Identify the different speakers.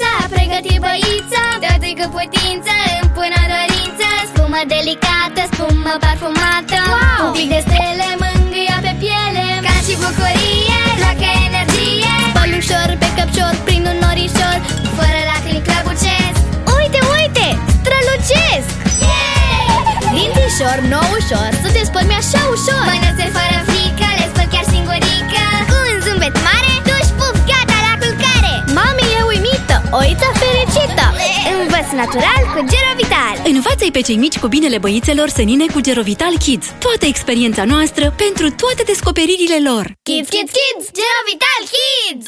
Speaker 1: tot e băița Toată cu putință îmi pună dorință Spumă delicată, spumă parfumată wow! Un pic de stele mângâia pe piele Ca și bucurie, joacă energie Spăl ușor pe căpcior prin un norișor Fără lacrimi clabucesc
Speaker 2: Uite, uite, strălucesc Dințișor, nou ușor, să te spălmi așa ușor
Speaker 1: Mănățe fără frică, le spăl chiar singurică
Speaker 2: Cu un zâmbet mare, duși puf, gata la culcare Mami e uimită, oița fericită Învăț natural cu Gerovital
Speaker 3: Învață-i pe cei mici cu binele băițelor sănine cu Gerovital Kids Toată experiența noastră pentru toate descoperirile lor
Speaker 2: Kids, kids, kids, Gerovital Kids!